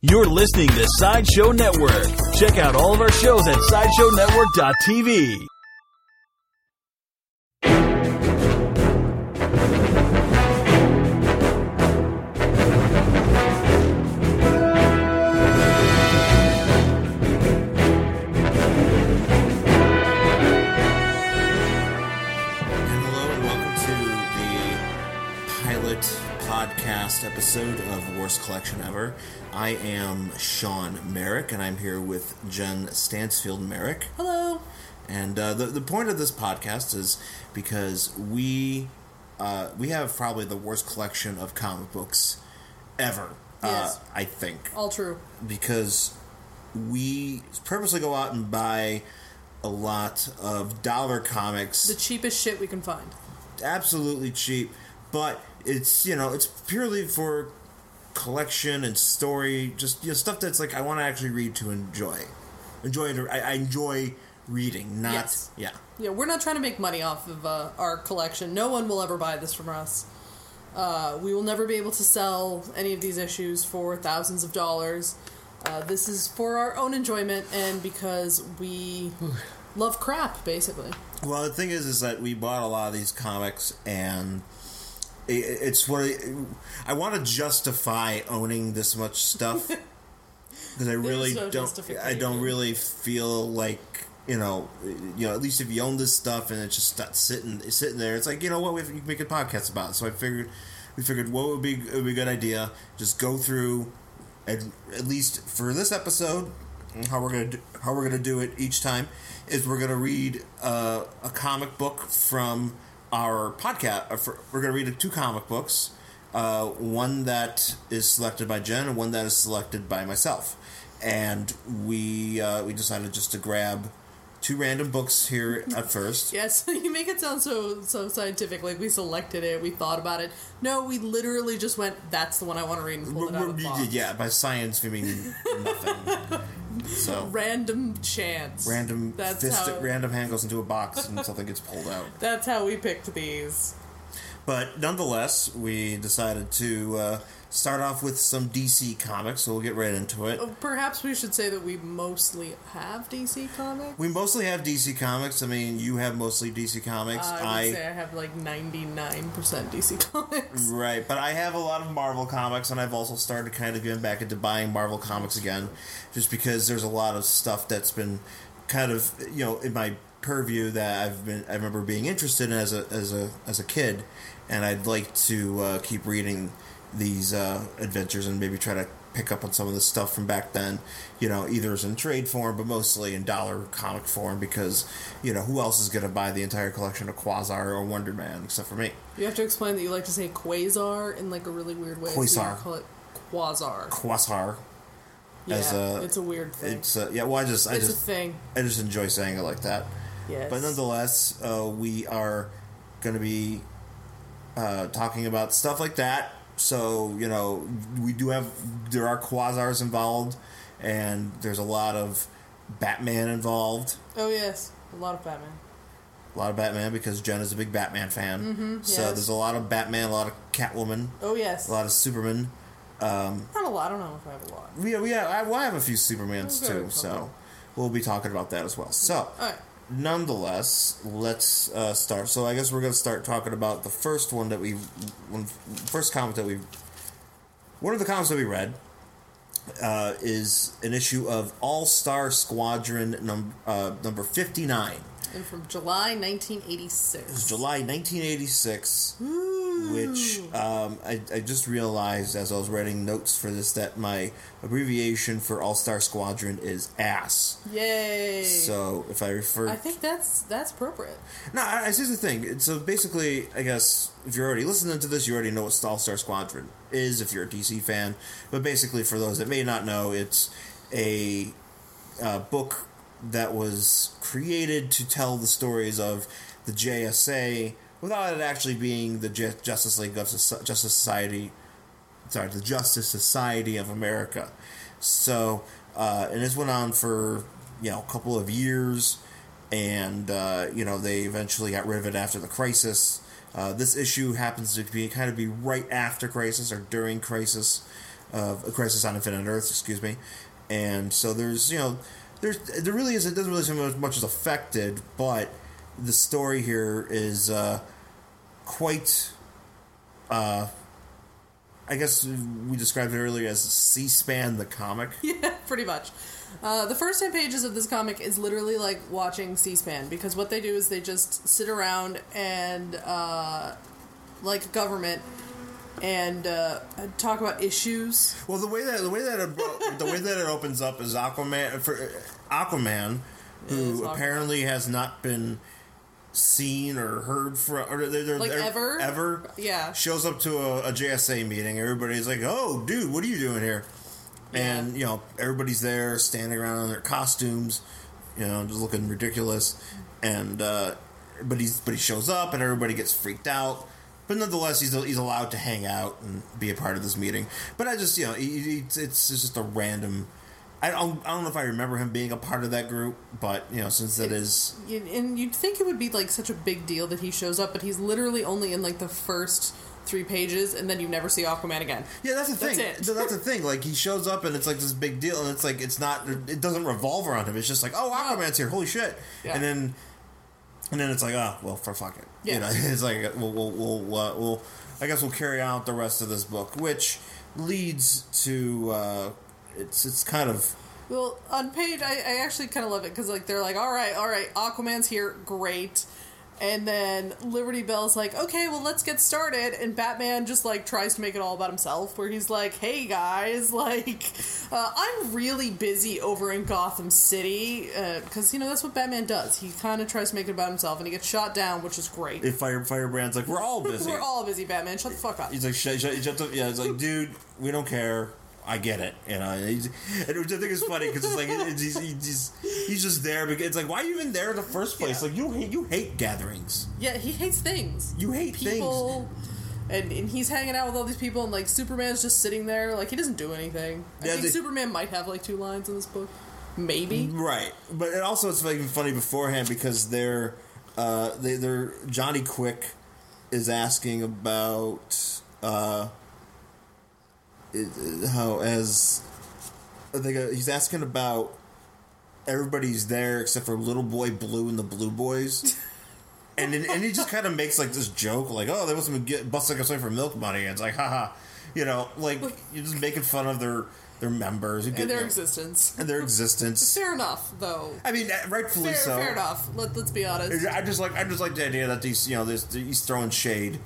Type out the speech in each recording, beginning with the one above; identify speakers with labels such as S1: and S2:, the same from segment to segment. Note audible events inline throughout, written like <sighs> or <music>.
S1: You're listening to Sideshow Network. Check out all of our shows at SideshowNetwork.tv.
S2: And hello and welcome to the pilot podcast episode of Worst Collection Ever. I am Sean Merrick, and I'm here with Jen Stansfield Merrick. Hello. And uh, the the point of this podcast is because we uh, we have probably the worst collection of comic books ever. Uh,
S3: Yes.
S2: I think
S3: All true.
S2: because we purposely go out and buy a lot of dollar comics
S3: The cheapest shit we can find.
S2: absolutely cheap, but it's you know it's purely for collection and story, just you know, stuff that's like I want to actually read to enjoy, enjoy. I, I enjoy reading, not
S3: Yes.
S2: yeah.
S3: Yeah, we're not trying to make money off of uh, our collection. No one will ever buy this from us. Uh, we will never be able to sell any of these issues for thousands of dollars. Uh, this is for our own enjoyment and because
S2: <sighs>
S3: we love crap, basically.
S2: Well, the thing is, is that we bought a lot of these comics, and i- i it's what I, I want to justify owning this much stuff because I really don't.
S3: no
S2: I
S3: justification.
S2: don't really feel like you know, you know. At least if you own this stuff and it's just not sitting it's sitting there, it's like you know what we have, you can make a podcast about. It. So I figured we figured what would be would be a good idea. Just go through and at least for this episode, how we're gonna do, how we're gonna do it each time is we're gonna read uh, a comic book from our podcast. uh, for- We're gonna read two comic books, uh, one that is selected by Jen and one that is selected by myself. And we uh, we decided just to grab two random books here at
S3: <laughs>
S2: first.
S3: Yes, you make it sound so so scientific. Like we selected it, we thought about it. No, we literally just went. That's the one I want to read and pulled it out of the
S2: <laughs>
S3: box.
S2: Yeah, by science we mean nothing.
S3: <laughs>
S2: so
S3: Random chance.
S2: random
S3: That's
S2: fist,
S3: how-
S2: random hand goes into a box and something gets pulled
S3: <laughs>
S2: out.
S3: That's how we picked these.
S2: But nonetheless, we decided to uh, start off with some DC comics, so we'll get right into it.
S3: Oh. Perhaps we should say that we mostly have DC comics.
S2: We mostly have DC comics. I mean, you have mostly DC comics.
S3: Uh, I would say I have like 99% DC <laughs> comics.
S2: Right, but I have a lot of Marvel comics, and I've also started kind of getting back into buying Marvel comics again, just because there's a lot of stuff that's been kind of you know in my purview that I've been I remember being interested in as a as a as a kid, and I'd like to uh, keep reading these uh, adventures and maybe try to pick up on some of the stuff from back then. You know, either as in trade form, but mostly in dollar comic form, because you know who else is going to buy the entire collection of Quasar or Wonder Man except for me.
S3: You have to explain that you like to say quasar in like a really weird way. So you
S2: Quasar.
S3: call it quasar.
S2: Quasar.
S3: Yeah,
S2: as a-
S3: it's a weird thing. It's,
S2: It's uh, yeah. Well, I just I
S3: a
S2: just
S3: thing.
S2: I just enjoy saying it like that.
S3: Yes.
S2: But nonetheless, uh, we are going to be uh, talking about stuff like that. So you know, we do have there are quasars involved, and there's a lot of Batman involved.
S3: Oh, yes. A lot of Batman.
S2: A lot of Batman because Jen is a big Batman fan. So
S3: Mm-hmm. yes.
S2: there's a lot of Batman, a lot of Catwoman,
S3: Oh, yes.
S2: a lot of Superman.
S3: Not a lot. I don't know if I have a lot.
S2: We we have, I, well, I have a few Supermans
S3: Okay,
S2: too,
S3: okay.
S2: so we'll be talking about that as well. So.
S3: All right.
S2: nonetheless, let's uh, start. So I guess we're going to start talking about the first one that we, one, first comic that we, one of the comics that we read uh, is an issue of All Star Squadron num- uh, number fifty nine.
S3: And from July 1986.
S2: July 1986, which um, I, I just realized as I was writing notes for this that my abbreviation for All Star Squadron is ASS.
S3: Yay.
S2: So if I refer
S3: I think that's that's appropriate.
S2: No, I, I see the thing. It's- So basically, I guess if you're already listening to this, you already know what All Star Squadron is if you're a DC fan. But basically, for those that may not know, it's a uh, book that was created to tell the stories of the JSA without it actually being the Ju- Justice League of Soci- Justice Society sorry, the Justice Society of America. So, uh, and this went on for you know a couple of years, and uh, you know they eventually got rid of it after the crisis. Uh, this issue happens to be kind of be right after crisis or during crisis, of A Crisis on Infinite Earths, excuse me. And so there's you know there's there really is it doesn't really seem as much as affected, but the story here is uh, quite. Uh, I guess we described it earlier as C-SPAN the comic.
S3: Yeah, <laughs> pretty much. Uh, the first 10 pages of this comic is literally like watching C SPAN because what they do is they just sit around and, uh, like, government and uh, talk about issues.
S2: Well, the way that the way that it, the way that it opens up is Aquaman for uh, Aquaman,
S3: Yes,
S2: who
S3: Aquaman.
S2: apparently has not been seen or heard from or they're, they're,
S3: Like,
S2: they're-
S3: ever?
S2: ever
S3: Yeah.
S2: shows up to a, a JSA meeting. Everybody's like, "Oh, dude, what are you doing here?" And you know, everybody's there standing around in their costumes, you know, just looking ridiculous. And uh, but he's but he shows up, and everybody gets freaked out. But nonetheless, he's he's allowed to hang out and be a part of this meeting. But I just you know, he, he- it's it's just a random. I don't, I don't know if I remember him being a part of that group, but you know, since that is
S3: You- And you'd think it would be, like, such a big deal that he shows up, but he's literally only in, like, the first three pages and then you never see Aquaman again.
S2: Yeah, that's the
S3: That's
S2: thing.
S3: it.
S2: Th- That's the thing. Like he shows up and it's like this big deal, and it's like it's not. It doesn't revolve around him. It's just like, oh, Aquaman's here. Holy shit!
S3: Yeah.
S2: And then, and then it's like, oh, well, for fuck it.
S3: Yeah.
S2: You know, <laughs> it's like we'll we'll we'll, uh, we'll I guess we'll carry out the rest of this book, which leads to uh, it's it's kind of
S3: Well, on page, I, I actually kind of love it because like they're like, all right, all right, Aquaman's here, great, and then Liberty Bell's like, okay, well, let's get started, and Batman just like tries to make it all about himself, where he's like, hey guys, <laughs> like, uh, I'm really busy over in Gotham City, because you know that's what Batman does. He kind of tries to make it about himself, and he gets shot down, which is great.
S2: if Fire Firebrand's like we're all
S3: <laughs>
S2: busy.
S3: We're all busy, Batman. Shut the fuck up.
S2: He's like, shut, shut, shut the, yeah. It's like, dude, we don't care. I get it, you know. And, he's, and which I think is funny because it's like it's, he's, he's, he's just there because it's like, why are you even there in the first place?
S3: Yeah.
S2: Like, you hate you hate gatherings.
S3: Yeah, he hates things.
S2: You hate things.
S3: people. And, and he's hanging out with all these people, and like Superman's just sitting there, like he doesn't do anything. I
S2: Yeah,
S3: think
S2: they- Mm,
S3: Superman might have like two lines in this book, maybe.
S2: Right, but it also it's like funny beforehand because they're uh, they, they're Johnny Quick is asking about uh, it- it- how as I think uh, he's asking about everybody's there except for Little Boy Blue and the Blue
S3: <laughs>
S2: Boys. And then, and he just kind of makes like this joke, like, "Oh, they must have been get, busting us away for milk money." And it's like, haha, you know, like
S3: <laughs>
S2: you're just making fun of their their members
S3: And their
S2: you know,
S3: existence.
S2: and their existence.
S3: Fair enough, though.
S2: I mean, uh, rightfully
S3: Fair,
S2: so.
S3: fair enough. Let, let's be honest.
S2: I just like I just like the idea that these you know this he's throwing
S3: <laughs>
S2: shade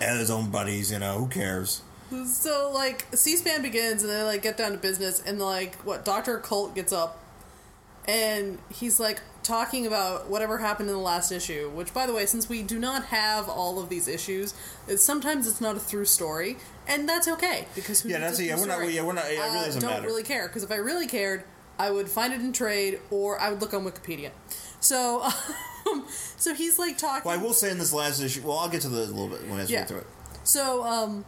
S2: at his own buddies. You know who cares?
S3: So like C-SPAN begins, and they like get down to business, and like what Doctor Colt gets up, and he's like talking about whatever happened in the last issue. Which, by the way, since we do not have all of these issues, it's, sometimes it's not a through story, and that's okay because who
S2: Yeah,
S3: needs
S2: that's
S3: a
S2: yeah.
S3: through
S2: We're not
S3: story?
S2: yeah we're not. Yeah, it
S3: I
S2: really doesn't
S3: don't
S2: matter.
S3: really care because if I really cared, I would find it in trade or I would look on Wikipedia. So, <laughs> um, so he's like talking.
S2: well, I will say in this last issue. Well, I'll get to the a little bit when I
S3: Yeah.
S2: get to it.
S3: So, um,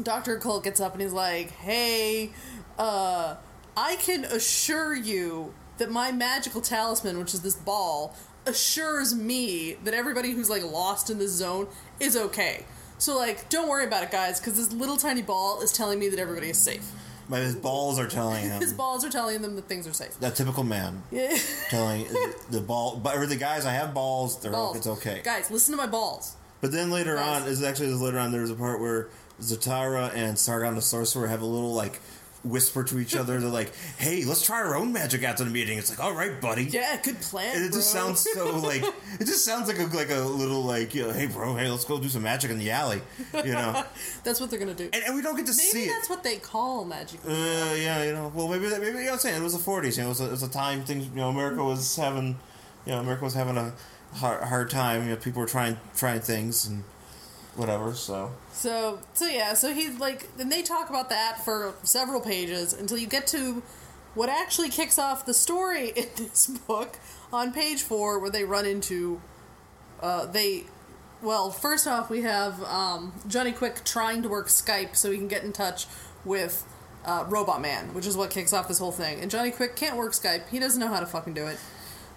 S3: Dr. Colt gets up and he's like, hey, uh, I can assure you that my magical talisman, which is this ball, assures me that everybody who's like lost in this zone is okay. So, like, don't worry about it, guys, because this little tiny ball is telling me that everybody is safe.
S2: My his balls are telling him
S3: <laughs> His balls are telling them that things are safe.
S2: that typical man
S3: <laughs>
S2: telling the ball, but or the guys I have balls. They're
S3: Balls.
S2: it's okay.
S3: Guys, listen to my balls.
S2: But then later
S3: Guys.
S2: on, is actually later on. There's a part where Zatara and Sargon the Sorcerer have a little like whisper to each other. They're like, "Hey, let's try our own magic after the meeting." It's like, "All right, buddy."
S3: Yeah, good plan.
S2: And it just
S3: bro.
S2: sounds so like it just sounds like a like a little like you know, hey bro hey let's go do some magic in the alley you
S3: <laughs>
S2: know
S3: <laughs> That's what they're gonna do.
S2: and, and we don't get to see
S3: Maybe
S2: it
S3: that's what they call magic.
S2: uh, yeah, you know. Well, maybe that, maybe you know, what I'm saying it was the '40s. You know, it was a, it was a time things. You know, America was having, you know, America was having a hard, hard time. You know, people were trying trying things and whatever. So
S3: So so yeah, so he's like and they talk about that for several pages until you get to what actually kicks off the story <laughs> in this book on page four where they run into uh, they well, first off we have um, Johnny Quick trying to work Skype so he can get in touch with uh, Robot Man, which is what kicks off this whole thing. And Johnny Quick can't work Skype, he doesn't know how to fucking do it.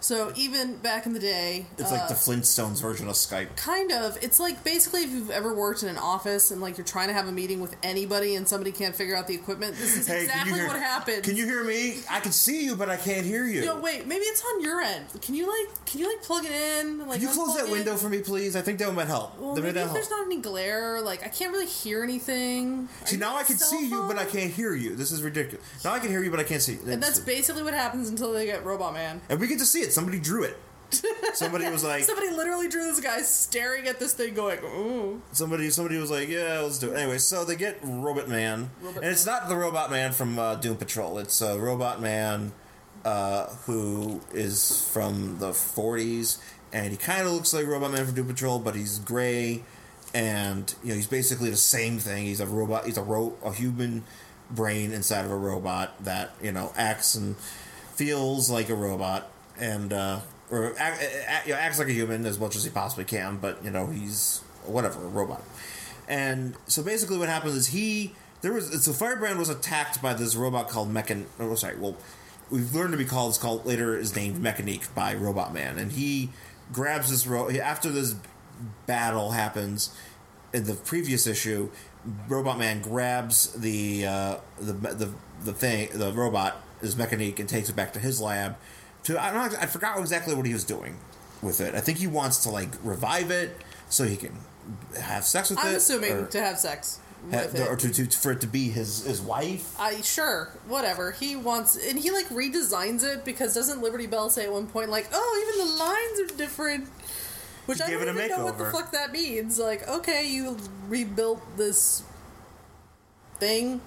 S3: So even back in the day,
S2: It's like the Flintstones version of Skype.
S3: kind of it's like basically if you've ever worked in an office and like you're trying to have a meeting with anybody and somebody can't figure out the equipment this is exactly what happened
S2: Can you hear me? I can see you, but I can't hear you.
S3: no wait maybe it's on your end can you like can you like plug it in like
S2: can you close that
S3: unplug it?
S2: window for me, please? I think that might help.
S3: well,
S2: that
S3: maybe
S2: might
S3: if
S2: help.
S3: there's not any glare like i can't really hear anything
S2: see,
S3: Are
S2: now
S3: on
S2: I can
S3: a cell
S2: see you, but I
S3: phone?
S2: can't hear you. This is ridiculous. Now I can hear you, but I can't see you.
S3: and that's basically what happens until they get robot man
S2: and we get to see it. Somebody drew
S3: <laughs>
S2: it. Somebody was like,
S3: somebody literally drew this guy staring at this thing going ooh
S2: somebody, somebody was like, yeah, let's do it. Anyway, so they get Robot Man,
S3: Robot
S2: and it's not the Robot Man from uh, Doom Patrol. It's uh, Robot Man uh, who is from the '40s, and he kind of looks like Robot Man from Doom Patrol, but he's gray, and you know he's basically the same thing. He's a robot. He's a ro- a human brain inside of a robot that you know acts and feels like a robot, and uh, or act, act, you know, acts like a human as much as he possibly can. But you know he's whatever a robot. And so basically, what happens is he there was so Firebrand was attacked by this robot called Mechan. Oh, sorry. Well, we've learned to be called. It's called later is named Mechanique by Robot Man, and he grabs this ro- after this battle happens in the previous issue. Robot Man grabs the uh, the the the thing the robot is Mechanique and takes it back to his lab. To I don't know, I forgot exactly what he was doing with it. I think he wants to like revive it so he can have sex with it.
S3: i'm assuming
S2: or-
S3: to have sex
S2: Ha-
S3: with it.
S2: or to, to, for it to be his, his wife.
S3: I sure, whatever. He wants and he like redesigns it because doesn't Liberty Bell say at one point like, "Oh, even the lines are different." Which I
S2: Give
S3: don't
S2: it a
S3: even know what the
S2: makeover.
S3: fuck that means. Like, okay, you rebuilt this thing.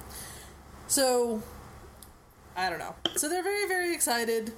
S3: So I don't know. So they're very very excited.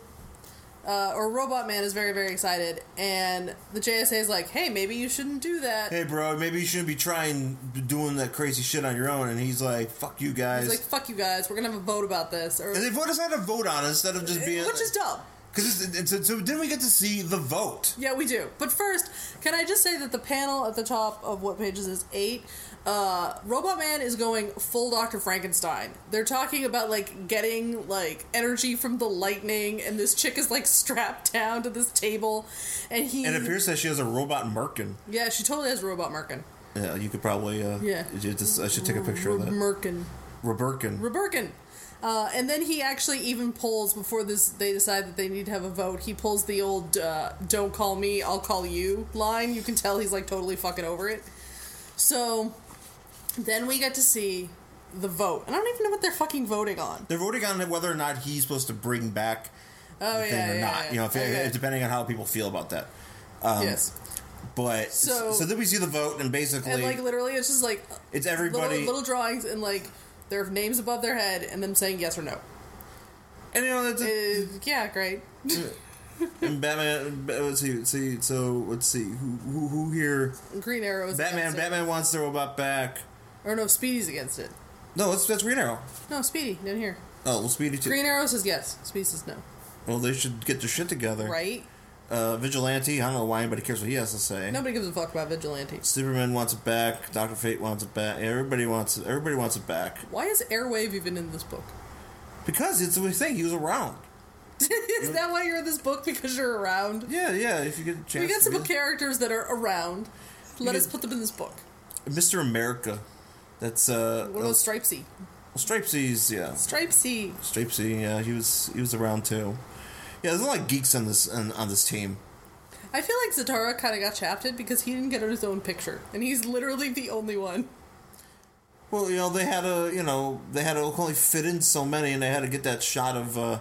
S3: Uh, or Robot Man is very very excited and the JSA is like, "Hey, maybe you shouldn't do that."
S2: Hey, bro, maybe you shouldn't be trying doing that crazy shit on your own. And he's like, "Fuck you guys."
S3: He's like, "Fuck you guys. We're going to have a vote about this." Or
S2: and they vote us out to vote on it instead of just being
S3: which is "Eh, dumb.
S2: because it's, it's, so then we get to see the vote.
S3: Yeah, we do. But first, can I just say that the panel at the top of what pages is eight? Uh, Robot Man is going full Dr. Frankenstein. They're talking about like getting like energy from the lightning, and this chick is like strapped down to this table, and he
S2: And it appears that she has a robot merkin.
S3: yeah, she totally has robot Merkin.
S2: Yeah, you could probably uh,
S3: Yeah.
S2: you just- I should take a picture of that.
S3: Merkin.
S2: Roberkin.
S3: Roberkin. Uh, and then he actually even pulls before this they decide that they need to have a vote. He pulls the old uh, "Don't call me, I'll call you" line. You can tell he's like totally fucking over it. So then we get to see the vote, and I don't even know what they're fucking voting on.
S2: They're voting on whether or not he's supposed to bring back
S3: Oh
S2: the thing
S3: yeah,
S2: or
S3: yeah,
S2: not.
S3: yeah.
S2: You know, if, um,
S3: Okay.
S2: depending on how people feel about that.
S3: yes.
S2: But
S3: So-
S2: so, then we see the vote, and basically
S3: And like literally, it's just like
S2: it's
S3: little,
S2: everybody.
S3: little drawings and like their names above their head, and them saying yes or no.
S2: and you know, that's a-
S3: Uh, yeah, great.
S2: And Batman. Ba- Let's see. let's see so let's see who who, who here.
S3: Green Arrow is
S2: Batman.
S3: against it.
S2: Batman wants the robot back.
S3: Or no, Speedy's against it.
S2: No, that's that's Green Arrow.
S3: No, Speedy down here.
S2: Oh, well, Speedy too.
S3: Green Arrow says yes. Speedy says no.
S2: well, they should get their shit together.
S3: Right?
S2: Uh, Vigilante. I don't know why anybody cares what he has to say.
S3: Nobody gives a fuck about Vigilante.
S2: Superman wants it back. Doctor Fate wants it back. Everybody wants it. Everybody wants it back
S3: Why is Airwave even in this book? <laughs>
S2: because it's the thing. He was around.
S3: is that why you're in this book? Because you're around?
S2: Yeah, yeah. If you get a chance,
S3: We got
S2: to
S3: some
S2: be-
S3: characters that are around. Let us
S2: get-
S3: put them in this book.
S2: Mr. America. That's uh,
S3: What about Stripesy?
S2: Stripesies. Yeah.
S3: Stripesy!
S2: Stripesy, yeah, he was he was around too. Yeah, there's a lot of geeks on this on, on this team.
S3: I feel like Zatara kind of got shafted because he didn't get his own picture, and he's literally the only one.
S2: Well, you know, they had a you know they had to only fit in so many, and they had to get that shot of uh,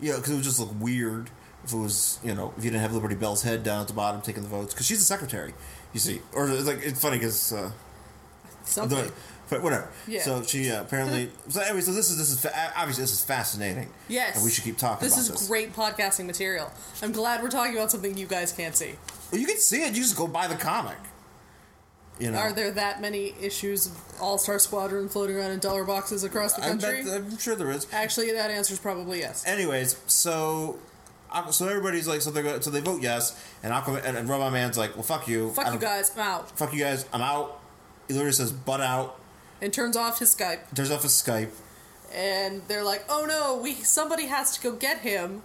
S2: you know because it would just look weird if it was you know if you didn't have Liberty Bell's head down at the bottom taking the votes because she's the secretary, you see, or it's like it's funny because. Uh,
S3: Something.
S2: the, but whatever.
S3: Yeah.
S2: So she uh,
S3: <laughs>
S2: apparently. So anyway, so this is this is fa- obviously this is fascinating.
S3: Yes.
S2: And we should keep talking.
S3: This
S2: about
S3: is
S2: this.
S3: great podcasting material. I'm glad we're talking about something you guys can't see.
S2: Well, you can see it. You just go buy the comic. You know.
S3: Are there that many issues of All Star Squadron floating around in dollar boxes across the
S2: I
S3: country?
S2: bet, I'm sure there is.
S3: Actually, that answer's probably yes.
S2: Anyways, so Aqu- so everybody's like, so they go, so they vote yes, and Aquaman and, and Robot Man's like, well, fuck you, I
S3: Fuck you
S2: don't-
S3: guys, I'm out.
S2: fuck you guys, I'm out. He literally says, butt out.
S3: And turns off his Skype.
S2: Turns off his Skype.
S3: And they're like, oh no, we somebody has to go get him.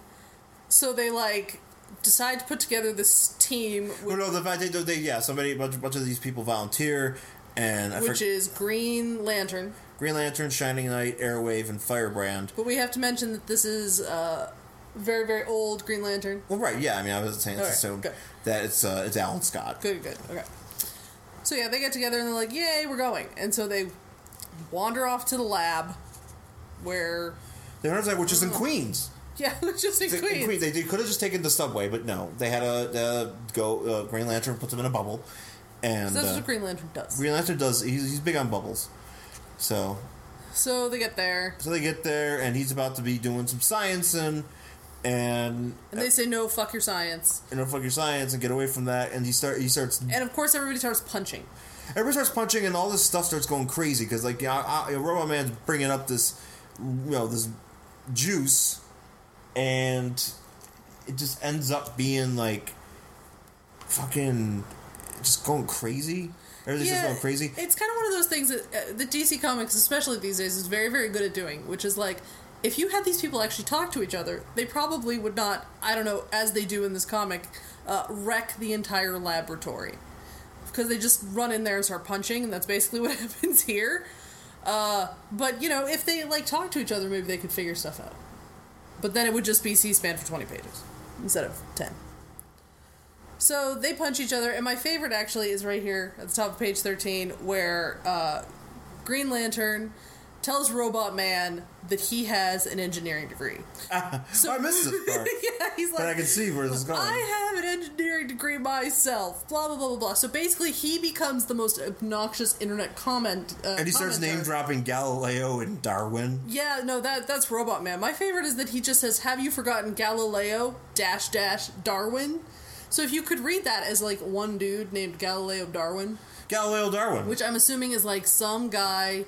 S3: So they like decide to put together this team,
S2: No,
S3: which,
S2: Oh, no, the fact they, they yeah, somebody a bunch, bunch of these people volunteer, and I
S3: which
S2: forget
S3: is Green Lantern.
S2: Green Lantern, Shining Knight, Airwave, and Firebrand.
S3: But we have to mention that this is uh, very, very old Green Lantern.
S2: Well, right, yeah. I mean, I was saying it's
S3: Alright,
S2: assumed
S3: good.
S2: that it's uh, it's Alan Scott.
S3: Good, good. Okay. So yeah, they get together and they're like, "Yay, we're going!" And so they wander off to the lab, where <laughs>
S2: The other side, which is in
S3: Oh.
S2: Queens.
S3: yeah, it's just in
S2: It's in- in
S3: Queens.
S2: Queens. They, could have just taken the subway, but no, they had a, uh go. Uh, Green Lantern puts them in a bubble, and
S3: That's
S2: uh,
S3: what Green Lantern does.
S2: Green Lantern does. He's, he's big on bubbles, so
S3: so they get there
S2: so they get there, and he's about to be doing some science and and
S3: and they say, "No, fuck your science."
S2: you know fuck your science and get away from that. And he start he starts
S3: And of course, everybody starts punching.
S2: everybody starts punching, and all this stuff starts going crazy because like yeah, I, I, Robot Man's bringing up this you know this juice, and it just ends up being like fucking just going crazy. Everything's just going crazy.
S3: It's kind of one of those things that uh, the DC Comics, especially these days, is very, very good at doing, which is like, if you had these people actually talk to each other, they probably would not, I don't know, as they do in this comic, uh, wreck the entire laboratory. Because they just run in there and start punching, and that's basically <laughs> what happens here. Uh, but, you know, if they, like, talk to each other, maybe they could figure stuff out. But then it would just be C SPAN for 20 pages instead of 10. So they punch each other, and my favorite actually is right here at the top of page 13, where uh, Green Lantern tells Robot Man that he has an engineering degree. <laughs> so,
S2: I missed this
S3: <laughs>
S2: part,
S3: yeah, he's like,
S2: but I can see where this is going.
S3: I have an engineering degree myself. Blah blah blah blah blah. So basically, he becomes the most obnoxious internet comment. Uh,
S2: and he starts
S3: commenter.
S2: name dropping Galileo and Darwin.
S3: Yeah, no, that that's Robot Man. My favorite is that he just says, "Have you forgotten Galileo dash dash Darwin?" So if you could read that as like one dude named Galileo Darwin,
S2: Galileo Darwin.
S3: which I'm assuming is like some guy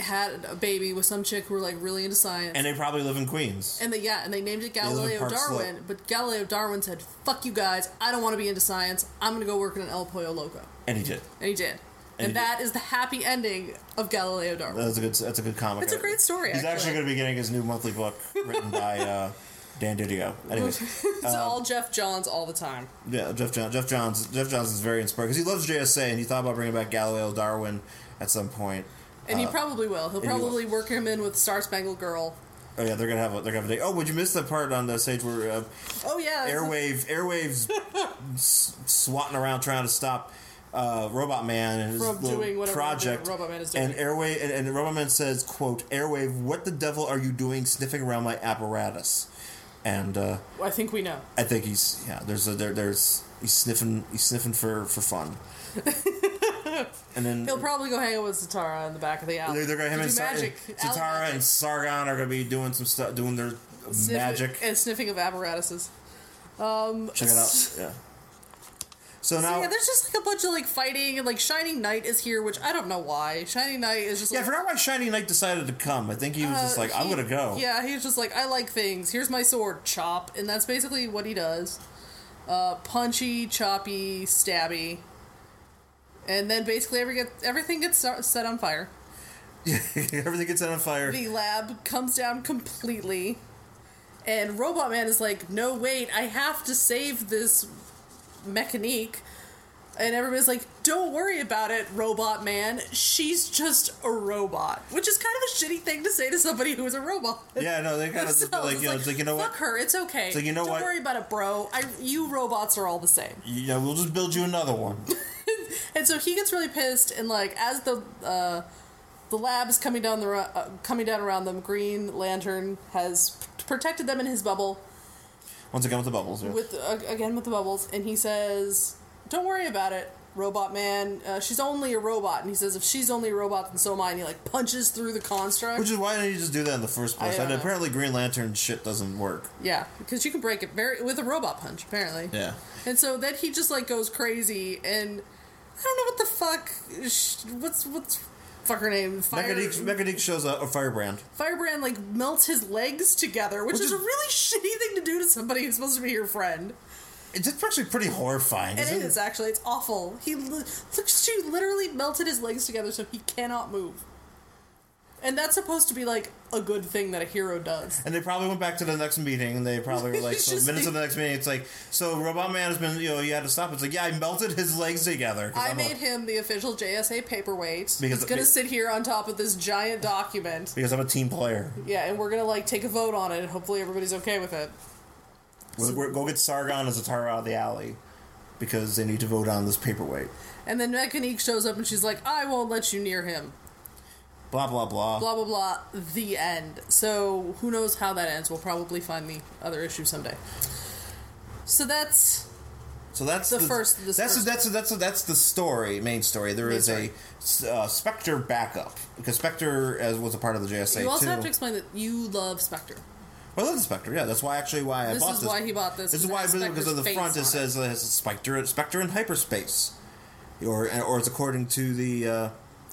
S3: had a baby with some chick who were like really into science.
S2: and they probably live in Queens.
S3: And they, yeah, and they named it
S2: live in
S3: Galileo
S2: Park
S3: Darwin,
S2: Slope.
S3: but Galileo Darwin said, "Fuck you guys, I don't want to be into science. I'm gonna go work in an El Pollo Loco,"
S2: And he did.
S3: and he did.
S2: And he
S3: And, that is the happy ending of Galileo Darwin.
S2: That's a good. That's a good comic.
S3: It's a great story,
S2: He's actually,
S3: actually.
S2: going to be getting his new monthly book written by uh, Dan
S3: <laughs>
S2: Didio. Anyways,
S3: it's
S2: um,
S3: all Jeff Johns all the time.
S2: yeah, Jeff John, Jeff Johns Jeff Johns is very inspired because he loves JSA and he thought about bringing back Galileo Darwin at some point.
S3: And he probably will. He'll
S2: uh, he will.
S3: probably work him in with Star Spangled Girl.
S2: Oh yeah, they're gonna have a, they're gonna have a day. Oh, would you miss the part on the stage where uh,
S3: Oh yeah, that's-
S2: Airwave
S3: <laughs>
S2: Airwaves s- swatting around trying to stop uh, Robot Man and his
S3: From
S2: little
S3: doing whatever
S2: project?
S3: Robot Man is doing.
S2: And Airwave and, and Robot Man says, "quote Airwave, what the devil are you doing sniffing around my apparatus?" And uh,
S3: I think we know.
S2: I think he's yeah. There's a there, there's he's sniffing he's sniffing for for
S3: <laughs>
S2: fun. and then
S3: He'll probably go hang out with Zatara in the back of the alley.
S2: they're, they're gonna him
S3: Do
S2: and Sa-
S3: magic,
S2: and
S3: alley
S2: Satara and
S3: magic.
S2: Sargon are gonna be doing some stuff, doing their
S3: Sniff-
S2: magic.
S3: and sniffing of apparatuses.
S2: Check it out.
S3: <laughs>
S2: Yeah. So
S3: So
S2: now,
S3: yeah,
S2: yeah,
S3: there's just like a bunch of like fighting and like Shining Knight is here, which I don't know why. Shining Knight is just like,
S2: I forgot why Shining Knight decided to come. I think he was just
S3: uh,
S2: like, "I'm
S3: he-
S2: gonna go."
S3: Yeah, he's just like, I like things. Here's my sword, chop, and that's basically what he does. Uh, punchy, choppy, stabby, and then basically every get, everything gets set- set on fire.
S2: <laughs> Everything gets set on fire.
S3: The lab comes down completely, and Robot Man is like, "No, wait, I have to save this mechanique." And everybody's like, "Don't worry about it, Robot Man. She's just a robot," which is kind of a shitty thing to say to somebody who is a robot.
S2: Yeah, no, they kind of
S3: <laughs> So
S2: just be like,
S3: it's
S2: you know, it's like you know
S3: fuck
S2: what,
S3: her. It's okay.
S2: like, you know
S3: Don't
S2: what?
S3: worry about it, bro. I, you robots are all the same.
S2: yeah, we'll just build you another one. <laughs>
S3: And so he gets really pissed, and like as the uh, the lab is coming down the ru- uh, coming down around them, Green Lantern has p- protected them in his bubble
S2: Once again with the bubbles. Yeah.
S3: with uh, again with the bubbles, and he says, "Don't worry about it, Robot Man. Uh, she's only a robot." And he says, "If she's only a robot, then so am I." And he like punches through the construct.
S2: Which is why didn't you just do that in the first place?
S3: I don't
S2: And
S3: know.
S2: apparently, Green Lantern shit doesn't work.
S3: yeah, because you can break it very with a robot punch, apparently.
S2: Yeah.
S3: And so then he just like goes crazy, and I don't know what the fuck. sh- What's what's fuck her name? Fire-
S2: Mechanique, Mechanique shows up, or Firebrand.
S3: Firebrand like melts his legs together, which,
S2: Which
S3: is, a
S2: is-
S3: really <laughs> shitty thing to do to somebody who's supposed to be your friend.
S2: It's it's actually pretty horrifying.
S3: And
S2: isn't
S3: it is actually it's awful. He li- look, she literally melted his legs together so he cannot move, and that's supposed to be like a good thing that a
S2: <laughs>
S3: hero does.
S2: And they probably went back to the next meeting, and they probably were
S3: <laughs>
S2: like,
S3: It's
S2: so
S3: just
S2: minutes
S3: like-
S2: of the next meeting, it's like, so Robot Man has been, you know, you had to stop. It's like, yeah, I melted his legs together. 'cause
S3: I
S2: I'm a-
S3: made him the official JSA paperweight.
S2: Because-
S3: He's gonna sit here on top of this giant document.
S2: because I'm a team player.
S3: Yeah, and we're gonna like take a vote on it, and hopefully everybody's okay with it.
S2: We're, we're, go get Sargon and Zatara out of the alley because they need to vote on this paperweight.
S3: And then Mechanique shows up, and she's like, "I won't let you near him."
S2: Blah, blah, blah.
S3: Blah blah blah. The end. So who knows how that ends? We'll probably find the other issue someday. So that's
S2: So that's
S3: The first- this
S2: that's
S3: first-
S2: that's that's that's the story, main story. There is
S3: Main
S2: a uh, Spectre backup because Spectre as was a part of the JSA
S3: you also
S2: too.
S3: have to explain that you love Spectre.
S2: Well, I love the Spectre. Yeah, that's why actually why I
S3: This
S2: bought
S3: is
S2: this.
S3: why he bought this,
S2: This is
S3: because
S2: why
S3: it
S2: I
S3: has
S2: bought it because of the
S3: Spectre's
S2: front
S3: face
S2: it
S3: on it.
S2: says it has a Spectre, Spectre in hyperspace, or or it's according to the uh,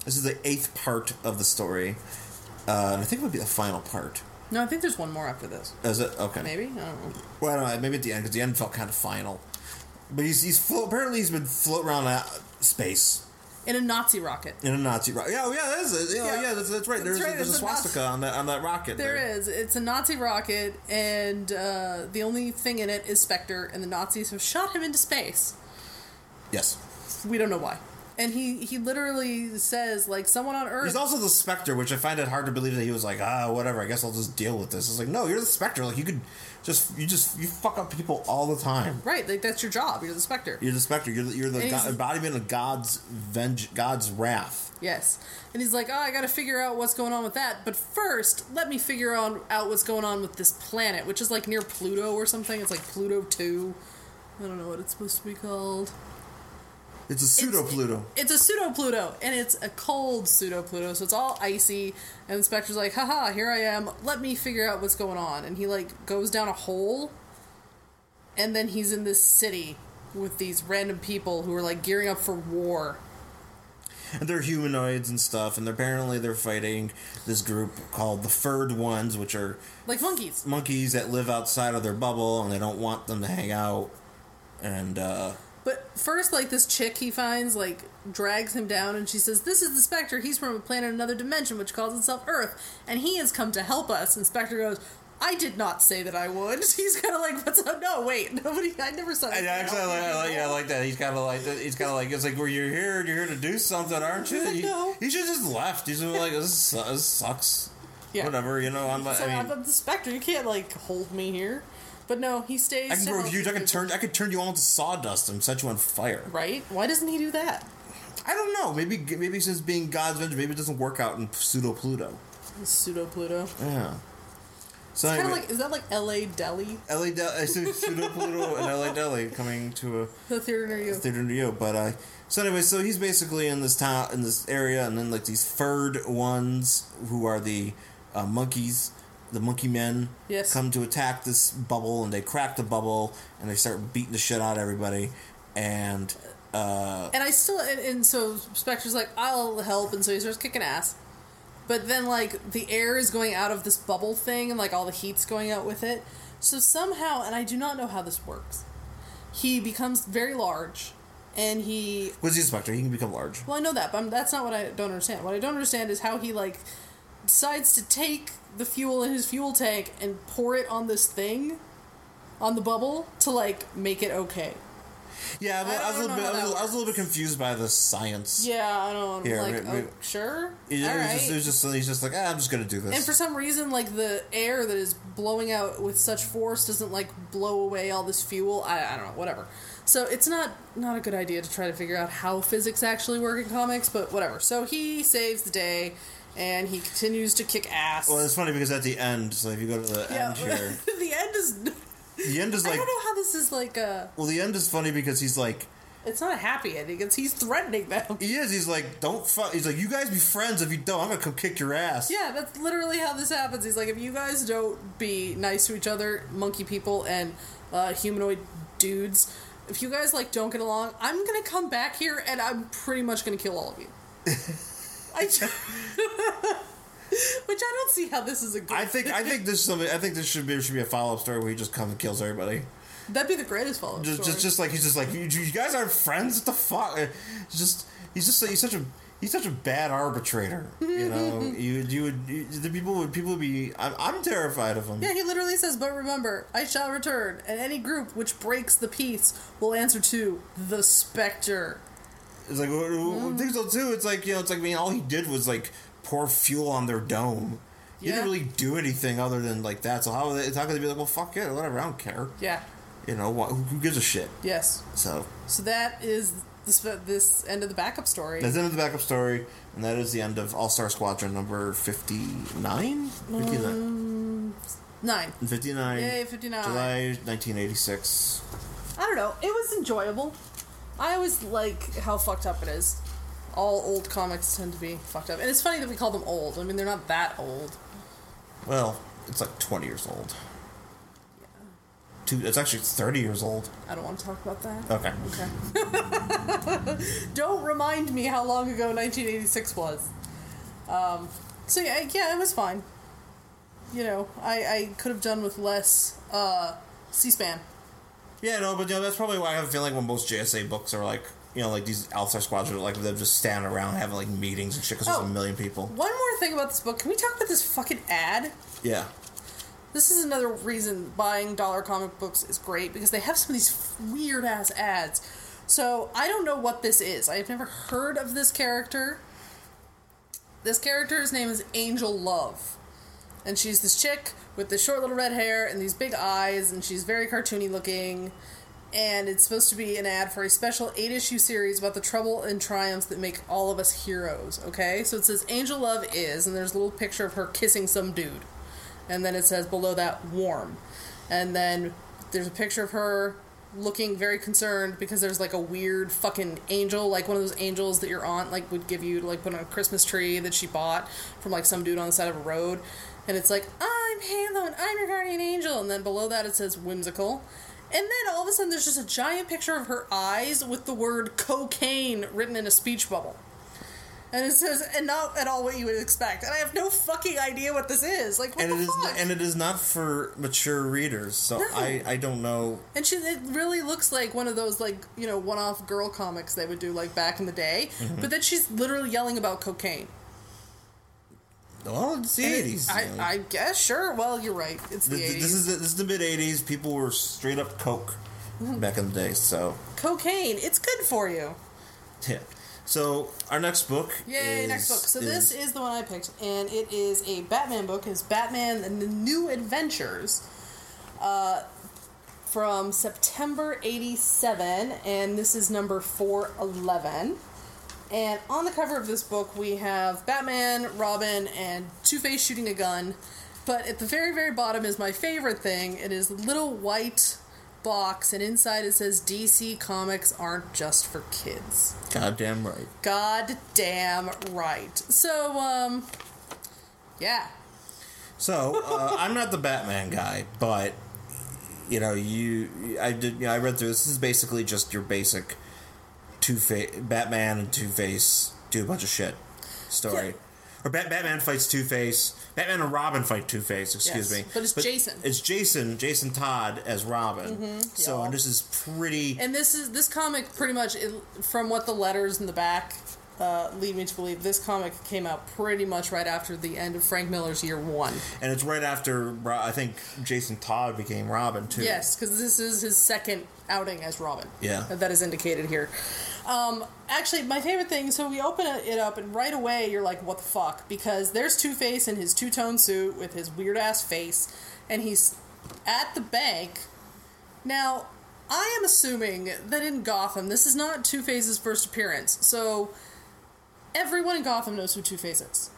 S2: this is the eighth part of the story, uh, and I think it would be the final part.
S3: No, I think there's one more after this.
S2: Is it okay?
S3: Maybe I don't know.
S2: Well, I don't know, maybe at the end because the end felt kind of final. But he's he's flo- apparently he's been floating around uh, space
S3: In a Nazi rocket.
S2: in a Nazi rocket. Yeah, oh, yeah, that is it. Yeah,
S3: Yeah.
S2: yeah, that's, that's right.
S3: That's
S2: There's,
S3: right,
S2: A, there's a
S3: it's a Nazi-
S2: swastika on that on that rocket.
S3: There is. It's a Nazi rocket, and uh, the only thing in it is Spectre, and the Nazis have shot him into space.
S2: Yes.
S3: We don't know why. And he, he literally says, like, someone on Earth.
S2: He's also the Spectre, which I find it hard to believe that he was like, ah, whatever. I guess I'll just deal with this. It's like, no, you're the Spectre. Like you could just you just you fuck up people all the time.
S3: right, like, that's your job. You're the Spectre.
S2: You're the Spectre. You're the, you're the
S3: And
S2: go-
S3: he's-
S2: embodiment of God's venge, God's wrath.
S3: Yes. And he's like, oh, I gotta figure out what's going on with that. But first, let me figure on, out what's going on with this planet, which is, like, near Pluto or something. It's like Pluto 2. I don't know what it's supposed to be called.
S2: It's a pseudo Pluto.
S3: it's a pseudo Pluto, and it's a cold pseudo Pluto, so it's all icy. And the Spectre's like, haha, here I am. Let me figure out what's going on. And he like goes down a hole, and then he's in this city with these random people who are like gearing up for war.
S2: And they're humanoids and stuff, and apparently they're fighting this group called the Furred Ones, which are
S3: Like monkeys.
S2: monkeys that live outside of their bubble and they don't want them to hang out. And uh,
S3: But first, like this chick he finds, like drags him down, and she says, "This is the Spectre. He's from a planet, another dimension, which calls itself Earth, and he has come to help us." And Spectre goes. I did not say that I would. <laughs> He's kind of like, "What's up?" No, wait, <laughs> nobody. I never said.
S2: I
S3: that.
S2: actually I like, I like, yeah, I like that. He's kind of like that. he's kind of like it's like well, you're here, you're here to do something, aren't you?
S3: like,
S2: He,
S3: "No."
S2: he should just left. He's just like this, su- this sucks.
S3: Yeah.
S2: Whatever, you know. I'm.
S3: So I
S2: I mean,
S3: am the Spectre. You can't like hold me here. But no, he stays.
S2: I can
S3: to
S2: grow
S3: help
S2: huge. I
S3: people.
S2: could turn. I could turn you all into sawdust and set you on fire.
S3: Right? Why doesn't he do that?
S2: I don't know. Maybe maybe since being God's vengeance, maybe it doesn't work out in pseudo Pluto.
S3: Pseudo Pluto.
S2: Yeah. So
S3: Kind of
S2: anyway,
S3: like is that like L.A. Delhi?
S2: LA Del- <laughs> pseudo Pluto and LA Deli coming to a
S3: The theater near you.
S2: theater to you. But uh, so anyway, so he's basically in this town, in this area, and then like these furred ones who are the uh, monkeys, the monkey men,
S3: Yes.
S2: come to attack this bubble, and they crack the bubble, and they start beating the shit out of everybody, and uh,
S3: And I still and, and so Spectre's like, I'll help, and so he starts kicking ass. But then like the air is going out of this bubble thing, and like all the heat's going out with it. So somehow, and I do not know how this works, he becomes very large, and he
S2: what's the inspector? He can become large.
S3: Well, I know that, but I'm, that's not what I don't understand. What I don't understand is how he like decides to take the fuel in his fuel tank and pour it on this thing, on the bubble to like make it okay.
S2: Yeah, but I,
S3: I
S2: was a little
S3: don't know
S2: bit, I
S3: how
S2: was,
S3: that
S2: I was a little bit confused by the science.
S3: Yeah, I don't
S2: Yeah,
S3: like.
S2: right,
S3: oh,
S2: right.
S3: sure.
S2: It,
S3: All
S2: it was
S3: right.
S2: just, it was just, he's just like, ah, I'm just gonna do this.
S3: and for some reason, like the air that is blowing out with such force doesn't like blow away all this fuel. I, I don't know, whatever. So it's not not a good idea to try to figure out how physics actually work in comics, but whatever. So he saves the day, and he continues to kick ass.
S2: well, it's funny because at the end, so if you go to the end here,
S3: <laughs> the end is.
S2: the end is
S3: I
S2: like,
S3: don't know how this is like a.
S2: well, the end is funny because he's like,
S3: It's not a happy ending. It's he's threatening them.
S2: He is. He's like, don't fuck. He's like, you guys be friends. If you don't, I'm gonna come kick your ass.
S3: Yeah, that's literally how this happens. He's like, if you guys don't be nice to each other, monkey people and uh, humanoid dudes, if you guys like don't get along, I'm gonna come back here and I'm pretty much gonna kill all
S2: <laughs>
S3: of you. I. <laughs> Which I don't see how this is a good.
S2: I think. I think this is something. I think this should be should be a follow up story where he just comes and kills everybody.
S3: that'd be the greatest follow up.
S2: Just, just, just like he's just like you, you guys aren't friends. What the fuck? It's Just he's just he's such a he's such a bad arbitrator. You
S3: <laughs>
S2: know, you would, you would you, the people would people would be. I'm, I'm terrified of him.
S3: Yeah, he literally says, but remember, I shall return, and any group which breaks the peace will answer to the specter.
S2: It's like who- who-
S3: Mm.
S2: who thinks so too. It's like you know, it's like I mean, all he did was like pour fuel on their dome. He
S3: Yeah.
S2: didn't really do anything other than like that. So how are they, it's not going to be like, well, fuck it, whatever. I don't care.
S3: Yeah,
S2: You know, what, who, who gives a shit?
S3: yes.
S2: So
S3: So that is this, this end of the backup story.
S2: that's the end of the backup story, and that is the end of All Star Squadron number 59? 59.
S3: Nine.
S2: 59.
S3: Uh, Yay, 59.
S2: July 1986.
S3: I don't know. It was enjoyable. I always like how fucked up it is. All old comics tend to be fucked up. And it's funny that we call them old. I mean, they're not that old.
S2: Well, it's like 20 years old. Two, it's actually 30 years old.
S3: I don't want to talk about that.
S2: Okay.
S3: Okay. Don't remind me how long ago 1986 was. Um, so yeah, yeah, it was fine. You know, I, I could have done with less uh, C-SPAN.
S2: Yeah, no, but you know, that's probably why I have a feeling when most JSA books are like, you know, like these All Star squads are like, they're just standing around having like meetings and shit because
S3: Oh.
S2: there's a million people.
S3: One more thing about this book. Can we talk about this fucking ad?
S2: Yeah.
S3: This is another reason buying dollar comic books is great because they have some of these weird ass ads. So I don't know what this is. I've never heard of this character. This character's name is Angel Love. And she's this chick with the short little red hair and these big eyes, and she's very cartoony looking. And it's supposed to be an ad for a special eight issue series about the trouble and triumphs that make all of us heroes, okay? So it says Angel Love is, and there's a little picture of her kissing some dude. And then it says below that, warm. And then there's a picture of her looking very concerned because there's like a weird fucking angel, like one of those angels that your aunt like would give you to like put on a Christmas tree that she bought from like some dude on the side of a road. And it's like, I'm Halo and I'm your guardian angel. And then below that it says whimsical. And then all of a sudden there's just a giant picture of her eyes with the word cocaine written in a speech bubble. And it says, and not at all what you would expect. And I have no fucking idea what this is. Like, what
S2: And
S3: the
S2: it is,
S3: fuck?
S2: and it is not for mature readers, so I, I don't know.
S3: And she, it really looks like one of those like you know one-off girl comics they would do like back in the day.
S2: Mm-hmm.
S3: But then she's literally yelling about cocaine.
S2: Well, it's the
S3: And it-
S2: 80s.
S3: I,
S2: you know.
S3: I guess sure. Well, you're right. It's the
S2: Th- th-
S3: eighties.
S2: this is the, this is the mid '80s. People were straight up coke
S3: Mm-hmm.
S2: back in the day. So
S3: cocaine. It's good for you.
S2: yeah. So our next book.
S3: Yay!
S2: is-
S3: next book. So
S2: is
S3: this is the one I picked, and it is a Batman book. It's Batman and the New Adventures, uh, from September '87, and this is number four eleven. And on the cover of this book, we have Batman, Robin, and Two Face shooting a gun. But at the very, very bottom is my favorite thing. It is a little white box, and inside it says DC comics aren't just for kids.
S2: goddamn right.
S3: God damn right. So, um, yeah.
S2: So uh, I'm not the Batman guy, but you know, you I did. You know, I read through this. This is basically just your basic Two Face Batman and Two Face do a bunch of shit story.
S3: Yeah.
S2: Or Bat- Batman fights Two Face. Batman and Robin fight Two Face. Excuse
S3: Yes,
S2: me.
S3: but it's Jason. Mm-hmm.
S2: It's Jason. Jason Todd as Robin. so
S3: yeah.
S2: and this is pretty.
S3: And this is this comic pretty much it, from what the letters in the back uh, lead me to believe this comic came out pretty much right after the end of Frank Miller's Year One.
S2: And it's right after Ro- I think Jason Todd became Robin too.
S3: Yes, because this is his second outing as Robin.
S2: Yeah.
S3: that is indicated here. Um, actually, my favorite thing. So we open it up, and right away you're like, "What the fuck?" Because there's Two Face in his two tone suit with his weird ass face, and he's at the bank. Now, I am assuming that in Gotham, this is not Two Face's first appearance. So everyone in Gotham knows who Two Face is.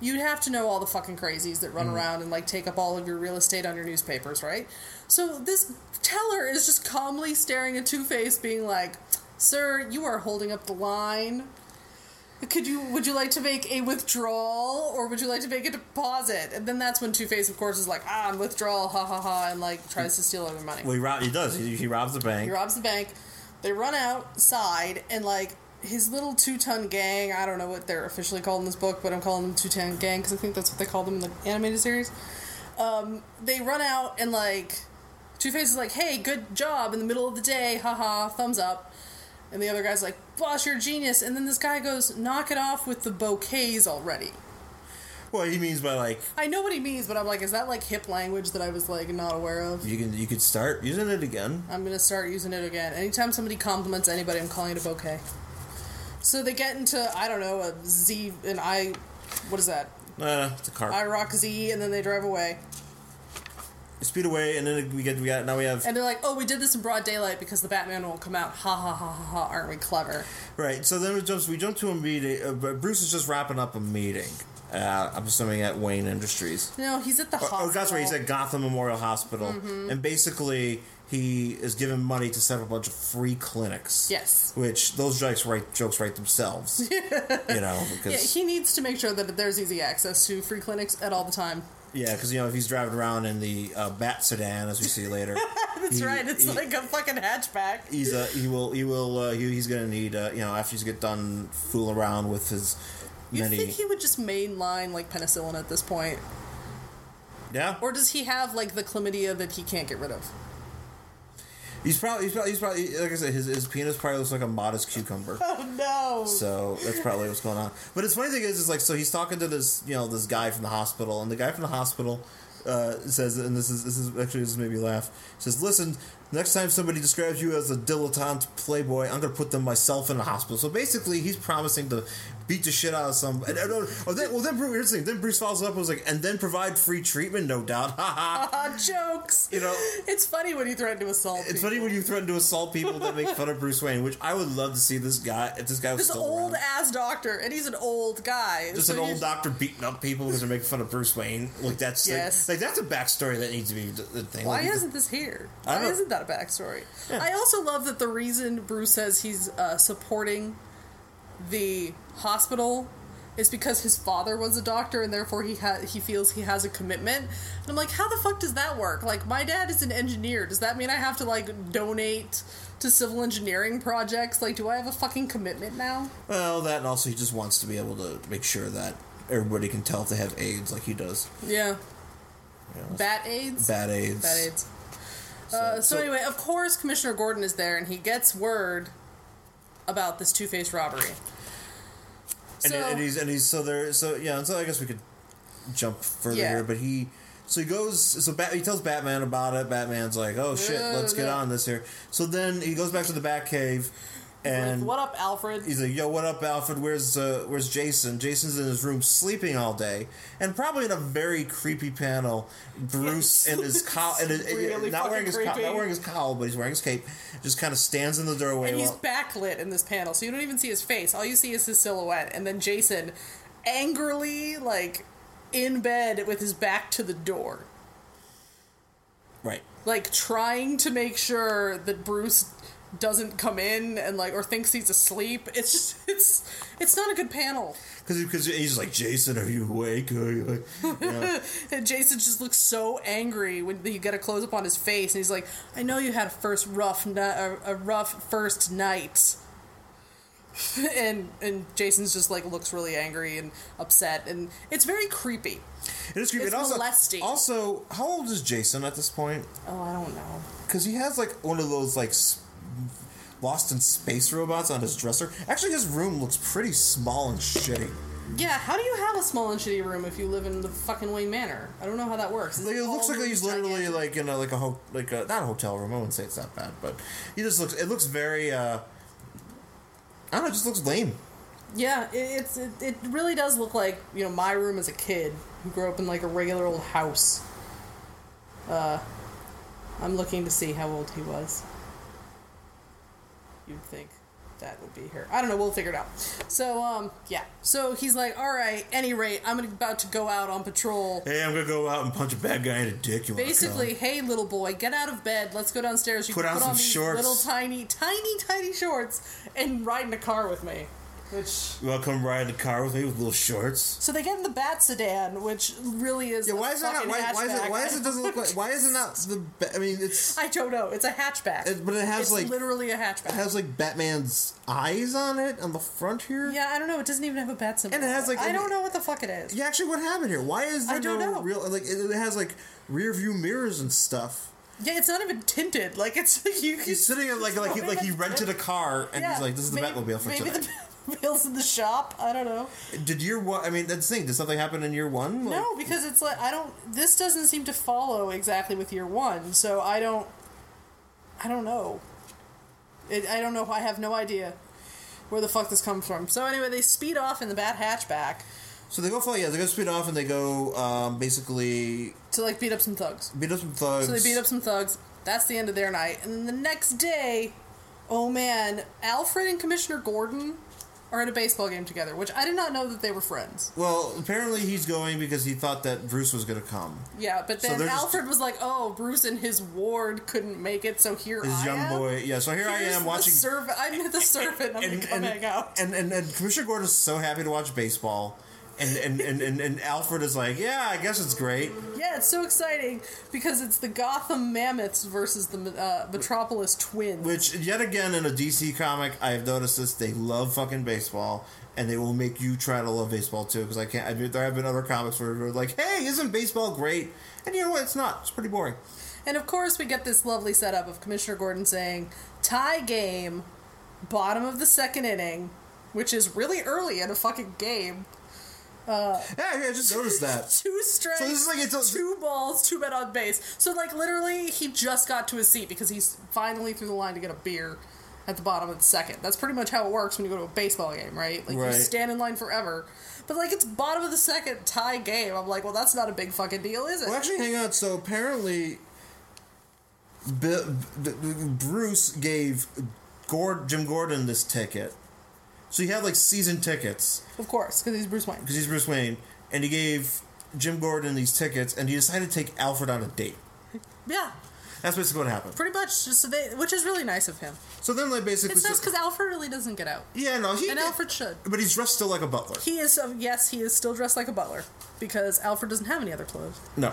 S3: You'd have to know all the fucking crazies that run around and like take up all of your real estate on your newspapers, right? So this teller is just calmly staring at Two Face, being like, "Sir, you are holding up the line. Could you? Would you like to make a withdrawal, or would you like to make a deposit?" And then that's when Two Face, of course, is like, "Ah, I'm withdrawal, ha ha ha," and like tries to steal all their money.
S2: Well, he, rob- he does. He, he robs the bank.
S3: He robs the bank. They run outside, and like his little two ton gang, I don't know what they're officially called in this book, but I'm calling them two ton gang because I think that's what they call them in the animated series. Um, they run out, and like Two Face is like, hey, good job in the middle of the day, haha, thumbs up. And the other guy's like, boss, you're a genius. And then this guy goes, knock it off with the bouquets already.
S2: Well, he means by like
S3: I know what he means, but I'm like, is that like hip language that I was like not aware of?
S2: you can you could start using it again.
S3: I'm gonna start using it again. Anytime somebody compliments anybody, I'm calling it a bouquet. So they get into I don't know a Z and I, what is that?
S2: Uh, it's a car.
S3: I rock Z, and then they drive away,
S2: Speed away, and then we get we got now we have
S3: and they're like, oh, we did this in broad daylight because the Batman won't come out. Ha ha ha ha ha! Aren't we clever?
S2: right. So then we jump we jump to a meeting. Uh, Bruce is just wrapping up a meeting. Uh, I'm assuming at Wayne Industries.
S3: No, he's at the hospital. Mm-hmm.
S2: Oh, that's right. He's
S3: said.
S2: at Gotham Memorial Hospital, and basically he is given money to set up a bunch of free clinics.
S3: Yes.
S2: Which those jokes write jokes write
S3: <laughs>
S2: themselves. you know
S3: Yeah,
S2: because
S3: he needs to make sure that there's easy access to free clinics at all the time.
S2: yeah because you know if he's driving around in the uh, bat sedan as we see
S3: <laughs>
S2: later.
S3: <laughs> That's
S2: he-
S3: right. It's
S2: he-
S3: like a fucking hatchback.
S2: He's uh, he will he will uh, he, he's gonna need uh, you know after he's get done fooling around with his
S3: You
S2: many
S3: think he would just mainline like penicillin at this point?
S2: yeah
S3: Or does he have like the chlamydia that he can't get rid of?
S2: he's probably he's probably, he's probably like I said his, his penis probably looks like a modest cucumber.
S3: Oh no.
S2: So that's probably what's going on. But it's funny thing is, is like so he's talking to this you know this guy from the hospital, and the guy from the hospital uh, says, and this is this is actually this made me laugh. Says, listen, next time somebody describes you as a dilettante playboy, I'm gonna put them myself in the hospital. So basically, he's promising to beat the shit out of some. And, and, oh, then, well, then Bruce, here's the thing. Then Bruce follows up and was like, and then provide free treatment, no doubt. <laughs> Ha ha.
S3: Ah, jokes.
S2: You know.
S3: It's funny when you threaten to assault.
S2: It's
S3: people.
S2: funny when you threaten to assault people that make fun of Bruce Wayne, which I would love to see this guy. If this guy was
S3: This
S2: still
S3: old
S2: around.
S3: ass doctor, and he's an old guy.
S2: Just
S3: so
S2: an
S3: you-
S2: old doctor beating up people because they're making fun of Bruce Wayne. Like that's like-
S3: Yes.
S2: like, that's a backstory that needs to be the thing.
S3: Why
S2: Like, it's-
S3: isn't this here?
S2: I
S3: Why
S2: don't-
S3: isn't that a backstory? I also love that the reason Bruce says he's uh, supporting the hospital is because his father was a doctor, and therefore he ha- he feels he has a commitment. And I'm like, how the fuck does that work? Like, my dad is an engineer. Does that mean I have to like donate to civil engineering projects? Like, do I have a fucking commitment now?
S2: well that and also he just wants to be able to make sure that everybody can tell if they have AIDS like he does.
S3: Yeah.
S2: Yeah.
S3: Bat AIDS.
S2: Bad AIDS.
S3: Bad AIDS. Uh, so,
S2: so-
S3: anyway, of course, Commissioner Gordon is there, and he gets word about this Two Face robbery.
S2: And,
S3: So-
S2: and he's and he's so there so yeah and so I guess we could jump further
S3: Yeah.
S2: here but he so he goes so Bat, he tells Batman about it. Batman's like oh shit
S3: Yeah,
S2: let's get
S3: yeah.
S2: on this here. So then he goes back to the Batcave and
S3: what up, Alfred?
S2: He's like, "Yo, what up, Alfred? Where's uh, where's Jason? Jason's in his room sleeping all day, and probably in a very creepy panel. Bruce
S3: Yes.
S2: in his cowl, and
S3: It's
S2: and-
S3: <laughs> really
S2: not wearing his
S3: fucking
S2: cowl,
S3: creepy.
S2: not wearing his cowl, but he's wearing his cape. Just kind of stands in the doorway.
S3: and he's
S2: while-
S3: backlit in this panel, so you don't even see his face. All you see is his silhouette, and then Jason, angrily, like in bed with his back to the door,
S2: right,
S3: like trying to make sure that Bruce doesn't come in and like or thinks he's asleep. It's just it's it's not a good panel.
S2: because because he's just like, Jason, are you awake? Are you awake?" You know?
S3: And Jason just looks so angry when you get a close up on his face, and he's like, "I know you had a first rough, ni- a, a rough first night." <laughs> and and Jason's just like looks really angry and upset, and it's very creepy.
S2: it is creepy.
S3: It's
S2: and also,
S3: molesting.
S2: also, how old is Jason at this point?
S3: Oh, I don't know.
S2: Because he has like one of those like. s Lost in space robots on his dresser. Actually, his room looks pretty small and shitty.
S3: Yeah, how do you have a small and shitty room if you live in the fucking Wayne Manor? I don't know how that works. Is
S2: Like, it
S3: all
S2: looks like
S3: really
S2: he's literally
S3: gigantic?
S2: like in a like a ho- like a not a hotel room. I wouldn't say it's that bad, but he just looks. It looks very. uh I don't know. It just looks lame.
S3: yeah, it, it's it, it really does look like you know my room as a kid who grew up in like a regular old house. Uh, I'm looking to see how old he was. You'd think that would be here. I don't know. We'll figure it out. So um yeah. So he's like, all right. Any rate, I'm about to go out on patrol.
S2: Hey, I'm gonna go out and punch a bad guy in the dick. You wanna
S3: Basically,
S2: come?
S3: hey little boy, get out of bed. Let's go downstairs. You
S2: Put
S3: can
S2: on some
S3: these
S2: shorts."
S3: little tiny, tiny, tiny shorts, and ride in a car with me. Which
S2: you wanna come ride in the car with me with little shorts?
S3: So they get in the bat sedan, which really is.
S2: Yeah,
S3: a
S2: why is that not?
S3: fucking
S2: Why, why is it?
S3: hatchback.
S2: Why is it doesn't look like? Why is it not the? ba- I mean, it's
S3: I don't know. It's a hatchback.
S2: It- but it has,
S3: It's
S2: like-
S3: literally a hatchback.
S2: it has like Batman's eyes on it on the front here.
S3: yeah, I don't know. It doesn't even have a bat symbol.
S2: And it has, like,
S3: I
S2: an-
S3: don't know what the fuck it is.
S2: Yeah, actually, what happened here? Why is there
S3: I don't
S2: no
S3: know.
S2: real like? It it has like rear view mirrors and stuff.
S3: Yeah, it's not even tinted. Like it's <laughs> like you.
S2: He's sitting in like like he, like he rented a car and he's like, "This is the Batmobile for
S3: maybe
S2: today."
S3: the <laughs> Batmobile's in the shop. I don't know.
S2: Did year one? I mean, that's the thing. Did something happen in year one? Like,
S3: No, because it's like I don't. This doesn't seem to follow exactly with year one, so I don't. I don't know. It, I don't know. I have no idea where the fuck this comes from. So anyway, they speed off in the Bat hatchback
S2: So they go fly. Yeah, they go speed off and they go um, basically
S3: to like beat up some thugs.
S2: beat up some thugs.
S3: So they beat up some thugs. That's the end of their night. And then the next day, oh man, Alfred and Commissioner Gordon are at a baseball game together, which I did not know that they were friends.
S2: Well, apparently he's going because he thought that Bruce was going to come.
S3: Yeah, but
S2: So
S3: then
S2: they're just-
S3: Alfred was like, "Oh, Bruce and his ward couldn't make it, so here
S2: His
S3: I
S2: young
S3: am."
S2: boy. Yeah. So here I
S3: Here's
S2: am watching.
S3: The servant.
S2: <laughs>
S3: I'm the servant. I'm
S2: and,
S3: gonna come
S2: and,
S3: hang out.
S2: and and and Commissioner Gordon is so happy to watch baseball, and and, and, and and Alfred is like, yeah, I guess it's great.
S3: Yeah, it's so exciting because it's the Gotham Mammoths versus the uh, Metropolis Twins.
S2: Which yet again in a DC comic, I have noticed this. They love fucking baseball, and they will make you try to love baseball too. Because I can't. I mean, there have been other comics where they're like, hey, isn't baseball great? And you know what? It's not. It's pretty boring.
S3: and of course, we get this lovely setup of Commissioner Gordon saying, "Tie game, bottom of the second inning," which is really early in a fucking game.
S2: Yeah, yeah, I just noticed that.
S3: Two strikes,
S2: is like it's a-
S3: two balls, two men on base. So like literally, he just got to his seat because he's finally through the line to get a beer at the bottom of the second. That's pretty much how it works when you go to a baseball game, right? Like
S2: Right.
S3: you stand in line forever. But like it's bottom of the second tie game. I'm like, well, that's not a big fucking deal, is it?
S2: Well, actually, hang on. So apparently, B- B- Bruce gave Gord- Jim Gordon this ticket. So he had like season tickets
S3: Of course, because he's Bruce Wayne.
S2: because he's Bruce Wayne, and he gave Jim Gordon these tickets, and he decided to take Alfred on a date.
S3: Yeah,
S2: That's basically what happened.
S3: pretty much. So they, which is really nice of him.
S2: So then they basically,
S3: It's nice because Alfred really doesn't get out,
S2: yeah, no, he
S3: and
S2: did-
S3: Alfred should.
S2: but he's dressed still like a butler.
S3: He is, um, yes, he is still dressed like a butler because Alfred doesn't have any other clothes.
S2: No.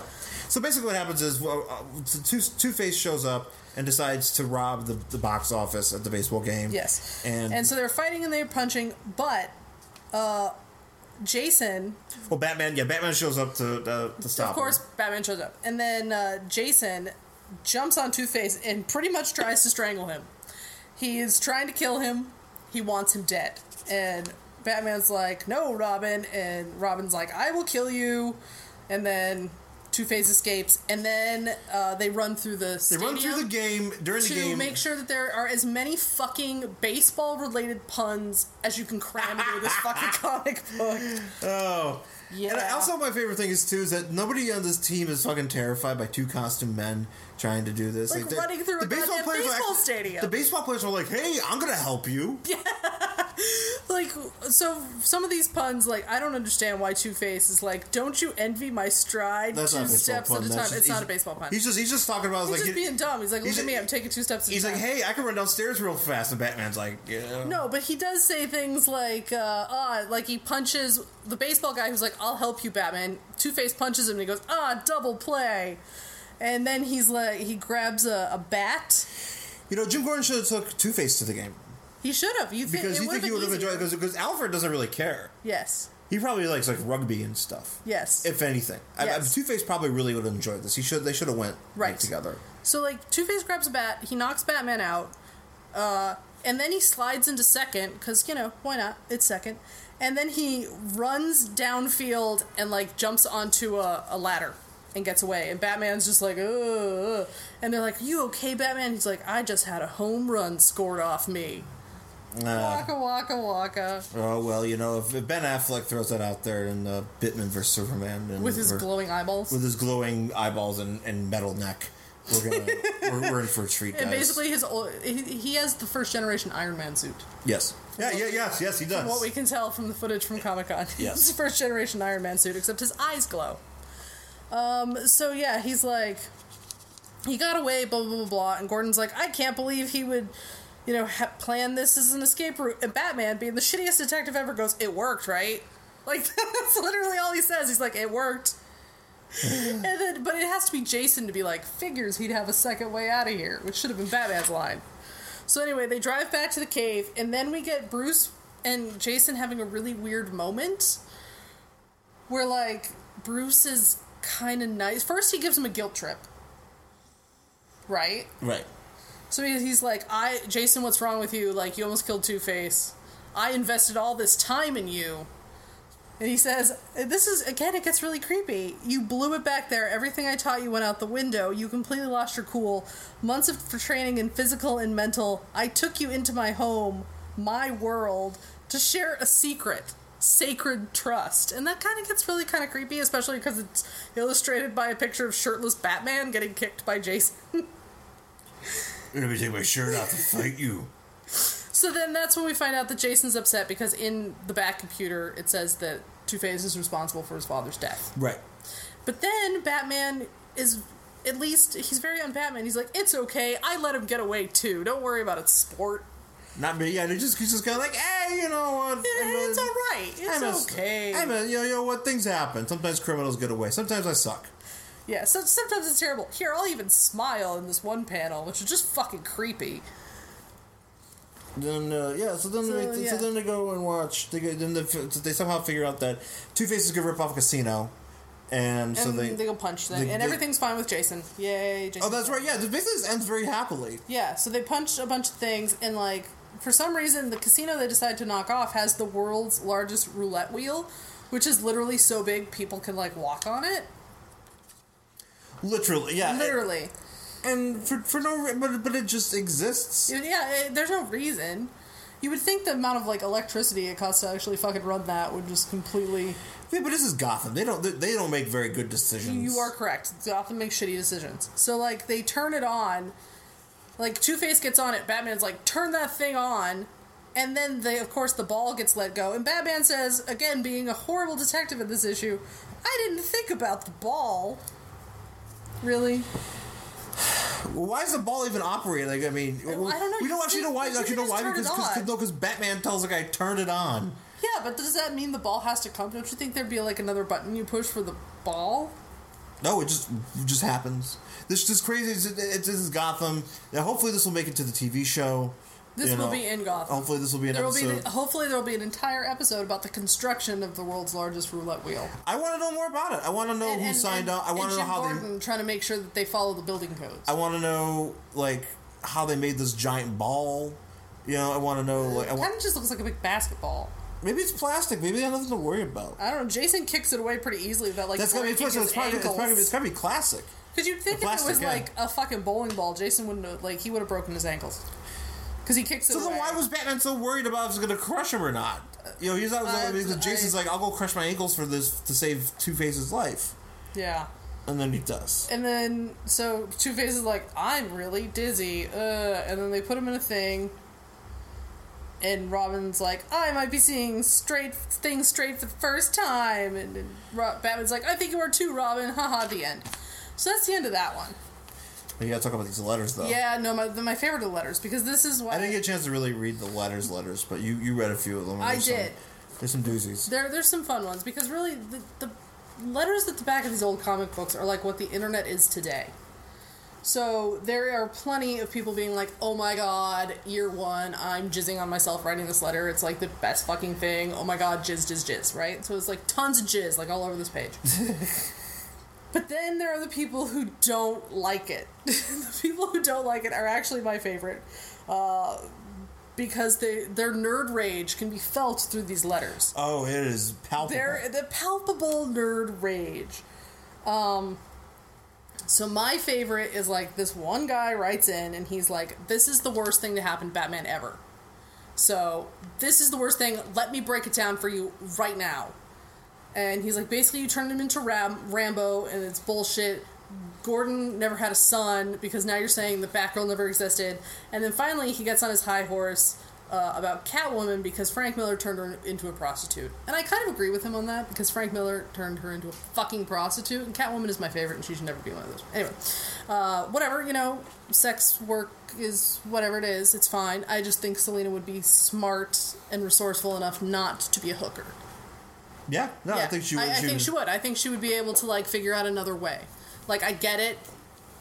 S2: So basically, what happens is well, uh, Two Two Face shows up and decides to rob the, the box office at the baseball game.
S3: Yes.
S2: and
S3: so they're fighting and they're punching, but uh, Jason,
S2: Well, Batman, yeah, Batman shows up to uh, to stop.
S3: of course,
S2: him.
S3: Batman shows up, and then uh, Jason jumps on Two Face and pretty much tries to strangle him. He is trying to kill him. He wants him dead, and Batman's like, "No, Robin," and Robin's like, "I will kill you," and then. Two Face escapes, and then uh, they run through the.
S2: they run through the game during the
S3: to
S2: game.
S3: make sure that there are as many fucking baseball related puns as you can cram into
S2: <laughs>
S3: this fucking comic book.
S2: oh,
S3: Yeah.
S2: And also, my favorite thing is too is that nobody on this team is fucking terrified by two costumed men trying to do this.
S3: Like
S2: they-
S3: running through a goddamn
S2: are
S3: baseball
S2: act-
S3: stadium.
S2: The baseball players are like, "Hey, I'm gonna help you."
S3: Like, so some of these puns, like, I don't understand why Two Face is like, don't you envy my stride
S2: That's
S3: two
S2: not a baseball
S3: steps
S2: pun.
S3: at a
S2: That's
S3: time?
S2: just-
S3: it's not
S2: he's-
S3: a baseball pun. He's,
S2: He's just he's just talking about like
S3: just
S2: he-
S3: being dumb. He's like, look
S2: he's
S3: at
S2: a-
S3: me, I'm taking two steps at
S2: he's
S3: a
S2: like,
S3: time.
S2: "Hey, I can run downstairs real fast," and Batman's like, "Yeah."
S3: No, but he does say things like, uh, ah, like he punches the baseball guy who's like, I'll help you, Batman. Two Face punches him and he goes, ah, double play. And then he's like, he grabs a, a bat.
S2: You know, Jim Gordon should have took Two Face to the game
S3: He should have. You think
S2: because
S3: it
S2: you think he would have enjoyed it because Alfred doesn't really care.
S3: Yes.
S2: He probably likes like rugby and stuff.
S3: Yes.
S2: if anything.
S3: Yes.
S2: Two Face probably really would have enjoyed this. He should. They should have went right
S3: Right.
S2: together.
S3: so like Two Face grabs a bat, he knocks Batman out, uh, and then he slides into second because you know why not? It's second, and then he runs downfield and like jumps onto a, a ladder and gets away. And Batman's just like, ugh, and they're like, "You okay, Batman?" He's like, "I just had a home run scored off me."
S2: Uh,
S3: Waka waka waka
S2: oh well, you know if, if Ben Affleck throws that out there in uh, Bitman versus Superman and
S3: with his
S2: we're-
S3: glowing eyeballs.
S2: with his glowing eyeballs and, and metal neck, we're
S3: <laughs>
S2: gonna we're, we're in for a treat, guys.
S3: and basically, his ol- he, he has the first generation Iron Man suit.
S2: yes, yeah, yeah, yes, yes, he does.
S3: what we can tell from the footage from Comic <laughs> Con.
S2: Yes.
S3: it's the first generation Iron Man suit, except his eyes glow. Um, so yeah, he's like, he got away, blah blah blah blah, and Gordon's like, I can't believe he would, you know, ha- plan this as an escape route. And Batman, being the shittiest detective ever, goes, "It worked, right?" <laughs> Like that's literally all he says. He's like, "It
S2: <sighs>
S3: worked." and then, but it has to be Jason to be like, figures he'd have a second way out of here, which should have been Batman's line. So anyway, they drive back to the cave, and then we get Bruce and Jason having a really weird moment where like Bruce is kind of nice. First, he gives him a guilt trip. right?
S2: Right.
S3: So he- he's like, I, Jason, what's wrong with you? Like, you almost killed Two Face. I invested all this time in you. And he says, This is, again, it gets really creepy. You blew it back there. Everything I taught you went out the window. You completely lost your cool. Months of for training in physical and mental. I took you into my home, my world, to share a secret. Sacred trust, and that kind of gets really kind of creepy, especially because it's illustrated by a picture of shirtless Batman getting kicked by Jason.
S2: I'm gonna take my shirt off to fight you.
S3: So then that's when we find out that Jason's upset because in the back computer it says that Two Face is responsible for his father's death.
S2: Right.
S3: But then Batman is at least he's very un Batman. He's like, It's okay, I let him get away too. Don't worry about it, sport.
S2: Not me. Yeah, they just he's just kind of like, hey, you know what?
S3: Yeah,
S2: I'm a-
S3: it's alright.
S2: I'm
S3: It's
S2: a-
S3: okay.
S2: I'm a, you know, you know what? Things happen. Sometimes criminals get away. Sometimes I suck.
S3: yeah, so sometimes it's terrible. Here, I'll even smile in this one panel, which is just fucking creepy.
S2: Then uh, yeah, so then
S3: So,
S2: they,
S3: yeah.
S2: so then they go and watch. They go, then they, f- they somehow figure out that Two Face is gonna rip off Casino, and, so
S3: And
S2: they,
S3: they, go punch them.
S2: they-
S3: and
S2: they-
S3: everything's fine with Jason. Yay, Jason.
S2: Oh, that's right. Yeah, the business ends very happily.
S3: Yeah, so they punched a bunch of things, and like for some reason, the casino they decided to knock off has the world's largest roulette wheel, which is literally so big people can like walk on it.
S2: Literally, yeah.
S3: Literally,
S2: and for for no, re- but but it just exists.
S3: Dude, yeah. It, there's no reason. You would think the amount of like electricity it costs to actually fucking run that would just completely.
S2: Yeah, but this is Gotham. They don't they, they don't make very good decisions.
S3: You are correct. Gotham makes shitty decisions. So like they turn it on, like Two Face gets on it. Batman's like, turn that thing on, and then they of course the ball gets let go. And Batman says again, being a horrible detective in this issue, I didn't think about the ball. Really?
S2: Why is the ball even operating? Like I mean, I
S3: don't know.
S2: We don't actually know why.
S3: You
S2: Actually, know
S3: just
S2: why
S3: turn it
S2: because cause,
S3: on.
S2: no, because Batman tells the guy turned it on.
S3: Yeah, but does that mean the ball has to come? Don't you think there'd be like another button you push for the ball?
S2: No, it just it just happens. This this crazy. It's, it, this is Gotham. Now, hopefully, this will make it to the TV show.
S3: This will be in Gotham.
S2: Hopefully, this will be an
S3: There will
S2: episode.
S3: be hopefully there will be an entire episode about the construction of the world's largest roulette wheel.
S2: I want to know more about it. I want to know
S3: e- And-
S2: who
S3: and-
S2: signed
S3: and-
S2: up. I
S3: and
S2: want to know
S3: Jim
S2: how they.
S3: Gordon trying to make sure that they follow the building codes.
S2: I want to know like how they made this giant ball. You know, I want to know like I
S3: kind
S2: want
S3: of just looks like a big basketball.
S2: maybe it's plastic. Maybe they have nothing to worry about.
S3: I don't know. Jason kicks it away pretty easily without like
S2: That's gonna be
S3: breaking
S2: it's,
S3: his
S2: probably, it's, probably, it's
S3: ankles.
S2: gonna be classic.
S3: Because you'd think
S2: the
S3: if it was
S2: plastic, yeah.
S3: like a fucking bowling ball, Jason wouldn't have, like he would have broken his ankles. Because he kicks it
S2: So
S3: away.
S2: then why was Batman so worried about if it was gonna crush him or not? You know, he's not
S3: Uh,
S2: because
S3: I-
S2: Jason's like, I'll go crush my ankles for this to save Two Face's life,
S3: yeah.
S2: and then he does.
S3: And then so Two Face is like, I'm really dizzy, uh, and then they put him in a thing. And Robin's like, I might be seeing straight things straight for the first time, and, and Ro- Batman's like, I think you are too, Robin. <laughs> Haha. The end. So that's the end of that one.
S2: We gotta talk about these letters though.
S3: Yeah, no, my my favorite of the letters because this is why
S2: Oh. I didn't get a chance to really read the letters, letters, but you, you read a few of them. and
S3: I
S2: there's some-
S3: did.
S2: there's some doozies.
S3: there there's some fun ones because really the, the letters at the back of these old comic books are like what the internet is today. So there are plenty of people being like, "Oh my god, year one, I'm jizzing on myself writing this letter. It's like the best fucking thing. Oh my god, jizz, jizz, jizz." Right? So it's like tons of jizz like all over this page. but then there are the people who don't like it. <laughs> the people who don't like it are actually my favorite. Uh, because they, their nerd rage can be felt through these letters.
S2: Oh, it is palpable.
S3: They're the palpable nerd rage. Um, so my favorite is like this one guy writes in and he's like, "This is the worst thing to happen to Batman ever." So this is the worst thing. Let me break it down for you right now. And he's like, basically, you turned him into Ram- Rambo, and it's bullshit. Gordon never had a son because now you're saying the Batgirl never existed. And then finally, he gets on his high horse uh, about Catwoman because Frank Miller turned her into a prostitute. And I kind of agree with him on that because Frank Miller turned her into a fucking prostitute, and Catwoman is my favorite, and she should never be one of those. Anyway, uh, whatever, you know, sex work is whatever it is, it's fine. I just think Selena would be smart and resourceful enough not to be a hooker.
S2: yeah, no, I
S3: Yeah.
S2: think she would.
S3: I,
S2: she
S3: think
S2: would-
S3: she would. I think she would be able to like figure out another way. Like I get it.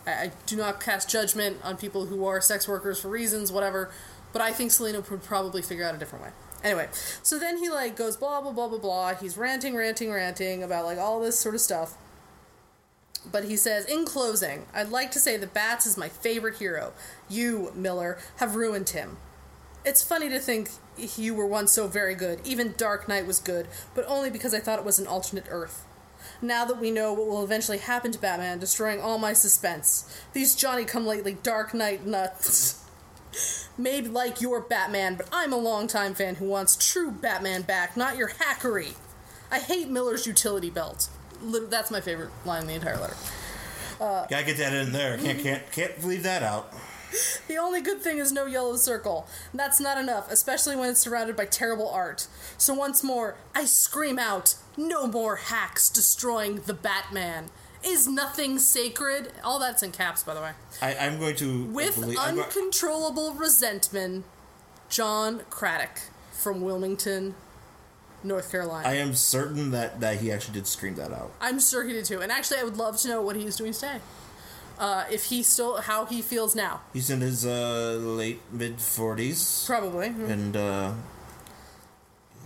S3: I, I do not cast judgment on people who are sex workers for reasons, whatever. But I think Selena would probably figure out a different way. Anyway, so then he like goes blah blah blah blah blah. He's ranting, ranting, ranting about like all this sort of stuff. But he says, in closing, I'd like to say that Bats is my favorite hero. You, Miller, have ruined him. It's funny to think you were once so very good. Even Dark Knight was good, but only because I thought it was an alternate Earth. Now that we know what will eventually happen to Batman, destroying all my suspense, these Johnny come lately Dark Knight nuts <laughs> may like your Batman, but I'm a longtime fan who wants true Batman back, not your hackery. I hate Miller's utility belt. Lit- That's my favorite line in the entire letter.
S2: Gotta get that in there. Can't
S3: Mm-hmm.
S2: can't can't leave that out.
S3: The only good thing is no yellow circle. And that's not enough, especially when it's surrounded by terrible art. So once more, I scream out, no more hacks destroying the Batman. Is nothing sacred? All that's in caps, by the way.
S2: I, I'm going to
S3: With
S2: believe- I'm go-
S3: uncontrollable resentment, John Craddock from Wilmington, North Carolina.
S2: I am certain that that he actually did scream that out.
S3: I'm sure he did too. And actually, I would love to know what he's doing today. Uh, if he still, how he feels now,
S2: He's in his uh, late mid 40s,
S3: probably
S2: and uh,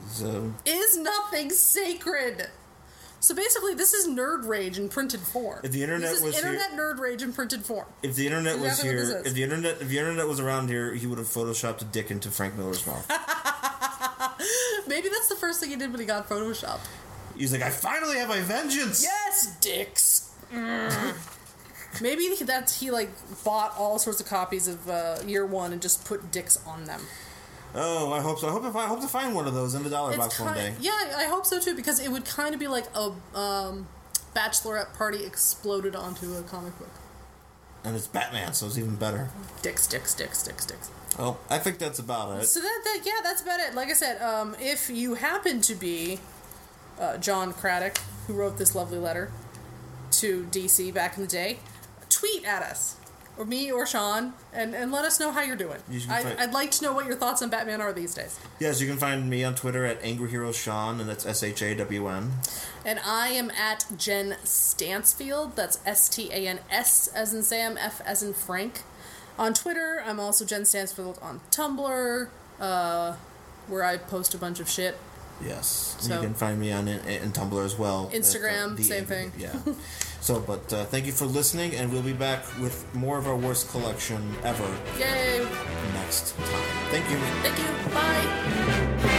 S2: he's, uh,
S3: is nothing sacred. So basically, this is nerd rage in printed form.
S2: If the internet
S3: this is
S2: was here-
S3: internet nerd rage in printed form. <laughs>
S2: if the internet was
S3: Exactly what
S2: here,
S3: this is.
S2: if the internet if the internet was around here, he would have photoshopped a dick into Frank Miller's
S3: <laughs>
S2: mouth.
S3: Maybe that's the first thing he did when he got photoshopped.
S2: he's like, I finally have my vengeance.
S3: Yes, dicks. Mm. Maybe that's he like bought all sorts of copies of uh, year one and just put dicks on them.
S2: Oh, I hope so. I hope to find, I hope to find one of those in the dollar
S3: It's
S2: box one
S3: ki-
S2: day.
S3: Yeah, I hope so too, because it would kind of be like a um, bachelorette party exploded onto a comic book.
S2: And it's Batman, so it's even better.
S3: Dicks, dicks, dicks, dicks, dicks.
S2: Oh, I think that's about it.
S3: So that, that yeah, that's about it. Like I said, um, if you happen to be uh, John Craddock, who wrote this lovely letter to DC back in the day, tweet at us. Or me or Sean, and, and let us know how you're doing.
S2: You should
S3: I,
S2: fight.
S3: I'd like to know what your thoughts on Batman are these days.
S2: Yes, you can find me on Twitter at Angry Hero Sean, and that's S H A W N.
S3: And I am at Jen Stansfield. That's S T A N S as in Sam, F as in Frank. On Twitter, I'm also Jen Stansfield on Tumblr, uh, where I post a bunch of shit.
S2: Yes,
S3: So-
S2: you can find me on in, in Tumblr as well. uh,
S3: Instagram,
S2: the-
S3: same thing. <laughs>
S2: Yeah. so, but uh, thank you for listening, and we'll be back with more of our worst collection ever
S3: Yay!
S2: next time. Thank you.
S3: Thank you. Bye.